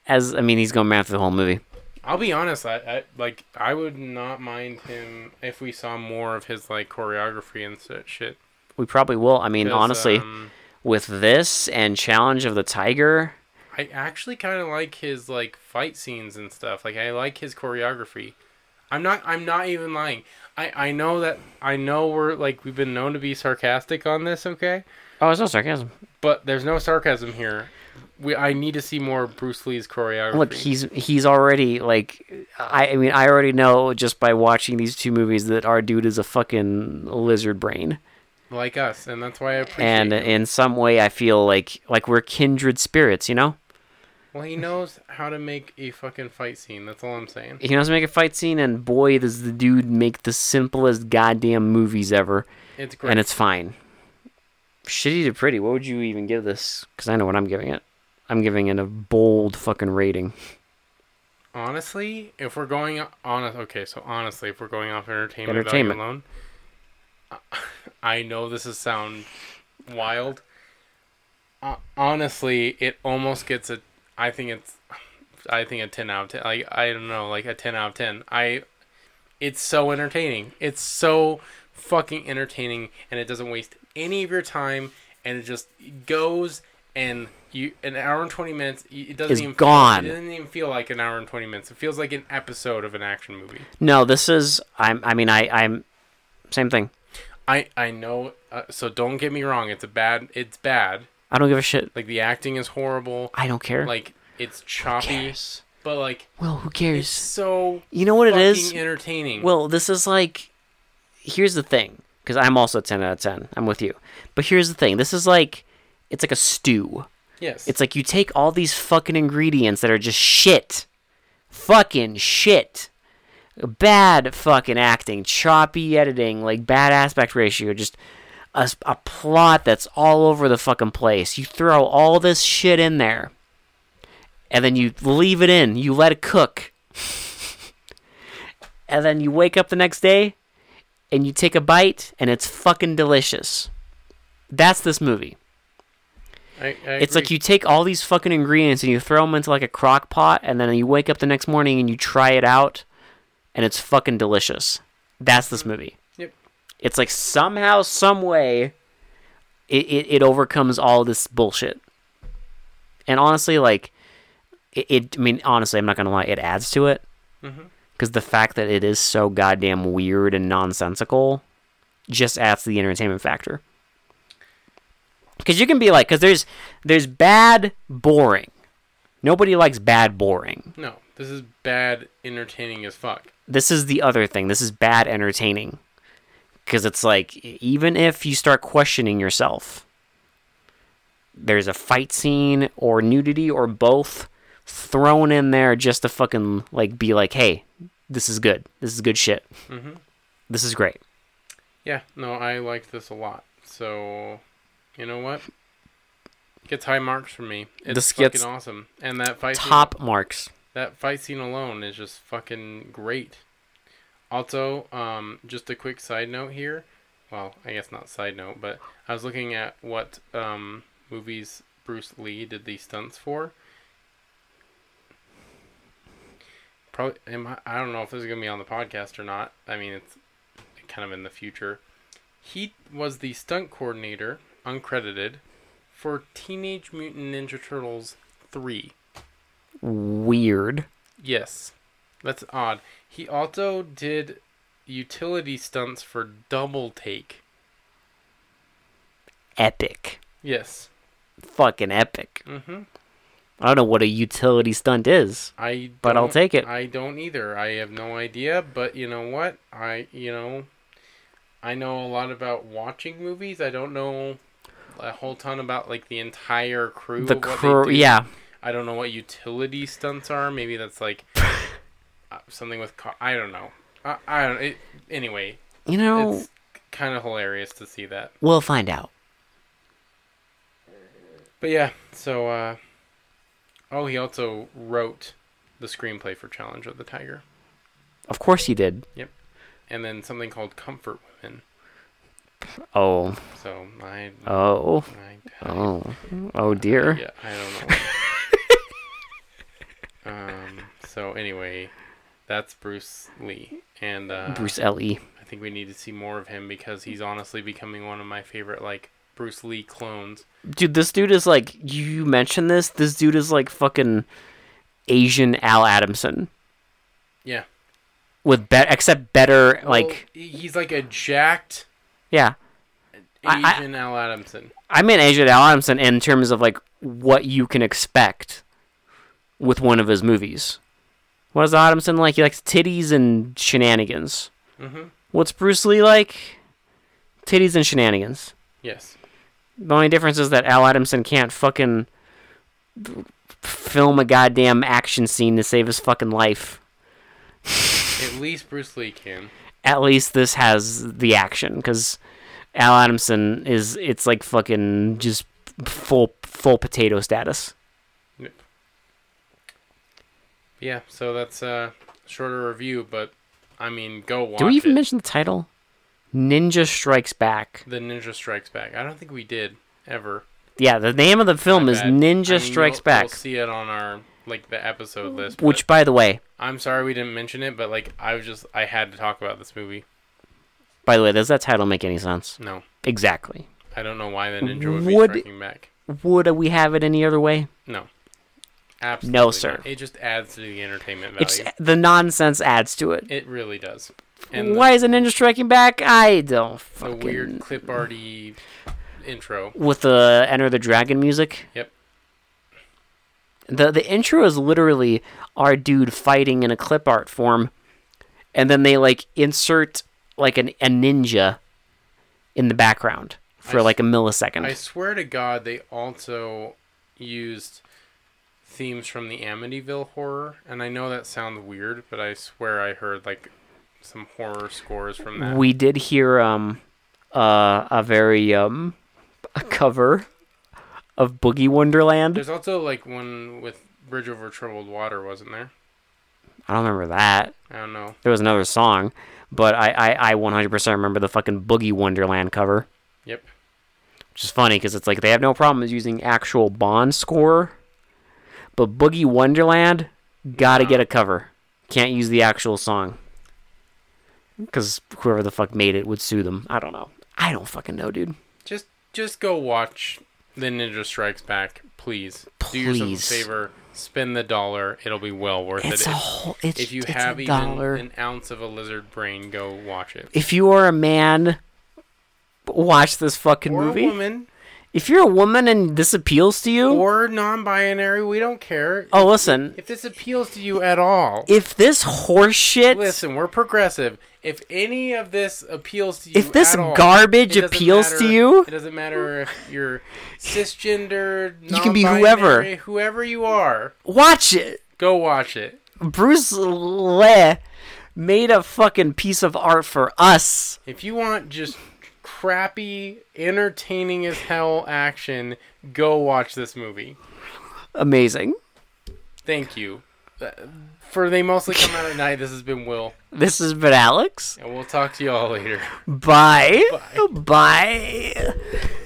Speaker 2: As I mean, he's going mad for the whole movie.
Speaker 1: I'll be honest. I, I like. I would not mind him if we saw more of his like choreography and s- shit.
Speaker 2: We probably will. I mean,
Speaker 1: 'Cause,
Speaker 2: honestly,
Speaker 1: um,
Speaker 2: with this and Challenge of the Tiger,
Speaker 1: I actually kind of like his like fight scenes and stuff. Like I like his choreography. I'm not I'm not even lying. I I know that I know we're like we've been known to be sarcastic on this, okay?
Speaker 2: oh, it's no sarcasm.
Speaker 1: But there's no sarcasm here. We I need to see more of Bruce Lee's choreography.
Speaker 2: Look, he's he's already like, I, I mean, I already know just by watching these two movies that our dude is a fucking lizard brain.
Speaker 1: like us, and that's why I appreciate.
Speaker 2: and
Speaker 1: you.
Speaker 2: in some way I feel like like we're kindred spirits, you know?
Speaker 1: well, he knows how to make a fucking fight scene. That's all I'm saying.
Speaker 2: He knows how to make a fight scene and boy does the dude make the simplest goddamn movies ever
Speaker 1: It's great.
Speaker 2: and it's fine. Shitty to pretty, what would you even give this? Cuz I know what I'm giving it. I'm giving it a bold fucking rating.
Speaker 1: honestly, if we're going honest, okay, so honestly, if we're going off entertainment,
Speaker 2: Entertainment.
Speaker 1: value alone, I know this is sound wild. Uh, honestly, it almost gets a. I think it's. I think a ten out of ten. Like I don't know, like a ten out of ten. I. It's so entertaining. It's so fucking entertaining, and it doesn't waste any of your time, and it just goes and you an hour and twenty minutes. y- It doesn't
Speaker 2: Is
Speaker 1: even
Speaker 2: gone.
Speaker 1: Feel, it doesn't even feel like an hour and twenty minutes. It feels like an episode of an action movie.
Speaker 2: No, this is I'm I mean I I'm same thing.
Speaker 1: I I know. Uh, so don't get me wrong. It's a bad. It's bad.
Speaker 2: I don't give a shit.
Speaker 1: Like the acting is horrible.
Speaker 2: I don't care.
Speaker 1: Like it's
Speaker 2: who
Speaker 1: choppy,
Speaker 2: cares?
Speaker 1: but like
Speaker 2: Well, who
Speaker 1: it's
Speaker 2: cares?
Speaker 1: so
Speaker 2: You know what it
Speaker 1: fucking
Speaker 2: is?
Speaker 1: entertaining.
Speaker 2: Well, this is like. Here's the thing, because I'm also 10 out of 10. I'm with you. But here's the thing this is like. It's like a stew.
Speaker 1: yes,
Speaker 2: It's like you take all these fucking ingredients that are just shit. Fucking shit. Bad fucking acting, choppy editing, like bad aspect ratio, just a, s- a plot that's all over the fucking place. You throw all this shit in there, and then you leave it in. You let it cook. and then you wake up the next day, and you take a bite, and it's fucking delicious. That's this movie.
Speaker 1: I, I
Speaker 2: It's like
Speaker 1: agree.
Speaker 2: you take all these fucking ingredients and you throw them into like a crock pot, and then you wake up the next morning and you try it out, and it's fucking delicious. That's
Speaker 1: Mm-hmm.
Speaker 2: this movie.
Speaker 1: Yep.
Speaker 2: It's like somehow, some way, it, it, it overcomes all this bullshit. And honestly, like, it, it I mean, honestly, I'm not gonna lie, it adds to it. Because the fact that it is so goddamn weird and nonsensical just adds to the entertainment factor. Because you can be like, because there's there's bad boring. Nobody likes bad boring.
Speaker 1: No, this is bad entertaining as fuck.
Speaker 2: This is the other thing. This is bad entertaining. Because it's like even if you start questioning yourself, there's a fight scene or nudity or both thrown in there just to fucking like be like, hey, this is good. This is good shit.
Speaker 1: Mm-hmm.
Speaker 2: This is great.
Speaker 1: Yeah, no, I liked this a lot. So, you know what? Gets high marks from me. It's
Speaker 2: This
Speaker 1: fucking
Speaker 2: gets
Speaker 1: awesome. And that fight scene-
Speaker 2: Top marks.
Speaker 1: that fight scene alone is just fucking great. Also, um, just a quick side note here. Well, I guess not side note, but I was looking at what um, movies Bruce Lee did these stunts for. Probably, am I, I don't know if this is gonna be on the podcast or not. I mean, it's kind of in the future. He was the stunt coordinator, uncredited, for Teenage Mutant Ninja Turtles three.
Speaker 2: Weird.
Speaker 1: Yes. That's odd. He also did utility stunts for double take.
Speaker 2: Epic.
Speaker 1: Yes.
Speaker 2: Fucking epic.
Speaker 1: Mhm.
Speaker 2: I don't know what a utility stunt is.
Speaker 1: I
Speaker 2: But I'll
Speaker 1: don't-
Speaker 2: take it.
Speaker 1: I don't either. I have no idea, but you know what? I, you know, I know a lot about watching movies. I don't know a whole ton about like the entire crew.
Speaker 2: The
Speaker 1: of what they
Speaker 2: crew,
Speaker 1: do.
Speaker 2: yeah.
Speaker 1: I don't know what utility stunts are. Maybe that's like uh, something with car. I don't know. I, I don't. It, anyway,
Speaker 2: You know,
Speaker 1: it's kind of hilarious to see that.
Speaker 2: we'll find out.
Speaker 1: But yeah, so uh oh, he also wrote the screenplay for Challenge of the Tiger
Speaker 2: Of course he did.
Speaker 1: and then something called Comfort Women.
Speaker 2: Oh,
Speaker 1: So I
Speaker 2: oh,
Speaker 1: I,
Speaker 2: oh, oh dear.
Speaker 1: yeah, I don't know. um so anyway, that's Bruce Lee and uh
Speaker 2: Bruce L.E.
Speaker 1: I think we need to see more of him because he's honestly becoming one of my favorite like Bruce Lee clones.
Speaker 2: Dude, this dude is like, you mentioned this? This dude is like fucking Asian Al Adamson.
Speaker 1: Yeah.
Speaker 2: With bet, except better,
Speaker 1: Well,
Speaker 2: like,
Speaker 1: he- he's like a jacked
Speaker 2: yeah. I- I-
Speaker 1: Asian Al Adamson.
Speaker 2: I meant Asian Al Adamson in terms of like what you can expect with one of his movies. What is Adamson like? He likes titties and shenanigans.
Speaker 1: Mhm.
Speaker 2: What's Bruce Lee like? titties and shenanigans.
Speaker 1: Yes.
Speaker 2: The only difference is that Al Adamson can't fucking film a goddamn action scene to save his fucking life.
Speaker 1: At least Bruce Lee can.
Speaker 2: At least this has the action because Al Adamson is it's like fucking just full full potato status.
Speaker 1: Yeah, so that's a shorter review, but I mean, go watch.
Speaker 2: Do we even
Speaker 1: it.
Speaker 2: mention the title? Ninja Strikes Back.
Speaker 1: The Ninja Strikes Back. I don't think we did ever.
Speaker 2: Yeah, the name of the film
Speaker 1: My
Speaker 2: is
Speaker 1: bad.
Speaker 2: Ninja
Speaker 1: I mean,
Speaker 2: Strikes
Speaker 1: you'll-
Speaker 2: Back,
Speaker 1: You'll see it on our like the episode list. Which
Speaker 2: which, by the way,
Speaker 1: I'm sorry we didn't mention it, but like I was just I had to talk about this movie.
Speaker 2: by the way, does that title make any sense?
Speaker 1: No,
Speaker 2: Exactly.
Speaker 1: I don't know why the ninja would be
Speaker 2: Would-
Speaker 1: striking back.
Speaker 2: Would we have it any other way?
Speaker 1: No, absolutely
Speaker 2: sir.
Speaker 1: not. It just adds to the entertainment value.
Speaker 2: It's the nonsense adds to it.
Speaker 1: It really does. And
Speaker 2: Why is a ninja striking back? I don't
Speaker 1: the, the
Speaker 2: fucking.
Speaker 1: weird clip arty intro?
Speaker 2: With the Enter the Dragon music.
Speaker 1: Yep.
Speaker 2: The the intro is literally our dude fighting in a clip art form, and then they like insert like an, a ninja in the background for
Speaker 1: I s-
Speaker 2: like a millisecond.
Speaker 1: I swear to God, they also used themes from the Amityville horror, and I know that sounds weird, but I swear I heard like some horror scores from that.
Speaker 2: we did hear um uh, a very um a cover of Boogie Wonderland.
Speaker 1: There's also like one with Bridge Over Troubled Water, wasn't there?
Speaker 2: I don't remember that.
Speaker 1: I don't know.
Speaker 2: There was another song, but I I, I 100% remember the fucking Boogie Wonderland cover,
Speaker 1: Yep.
Speaker 2: which is funny because it's like they have no problem with using actual Bond score, but Boogie Wonderland gotta
Speaker 1: Nah.
Speaker 2: get a cover. Can't use the actual song because whoever the fuck made it would sue them. I don't know. I don't fucking know, dude.
Speaker 1: Just just go watch The Ninja Strikes Back, please. Do yourself a
Speaker 2: Please.
Speaker 1: favor. Spend the dollar. It'll be well worth
Speaker 2: It's
Speaker 1: it.
Speaker 2: a whole. It's,
Speaker 1: if you
Speaker 2: it's
Speaker 1: have
Speaker 2: a
Speaker 1: even
Speaker 2: dollar.
Speaker 1: an ounce of a lizard brain, go watch it.
Speaker 2: if you are a man, watch this fucking
Speaker 1: Or
Speaker 2: movie.
Speaker 1: a woman,
Speaker 2: If you're a woman and this appeals to you,
Speaker 1: or non-binary, we don't care.
Speaker 2: oh listen,
Speaker 1: If this appeals to you at all,
Speaker 2: if this horse shit,
Speaker 1: listen, we're progressive. If any of this appeals to you,
Speaker 2: if this
Speaker 1: at all,
Speaker 2: garbage
Speaker 1: it doesn't
Speaker 2: appeals
Speaker 1: matter-
Speaker 2: to you,
Speaker 1: it doesn't matter if you're cisgender,
Speaker 2: You can be
Speaker 1: non-binary, whoever you are.
Speaker 2: watch it.
Speaker 1: Go watch it.
Speaker 2: Bruce Lee made a fucking piece of art for us.
Speaker 1: If you want just crappy, entertaining as hell action, go watch this movie.
Speaker 2: Amazing.
Speaker 1: Thank you. Uh, For they mostly come out at night. This has been Will,
Speaker 2: This has been Alex.
Speaker 1: and we'll talk to y'all later.
Speaker 2: Bye. Bye.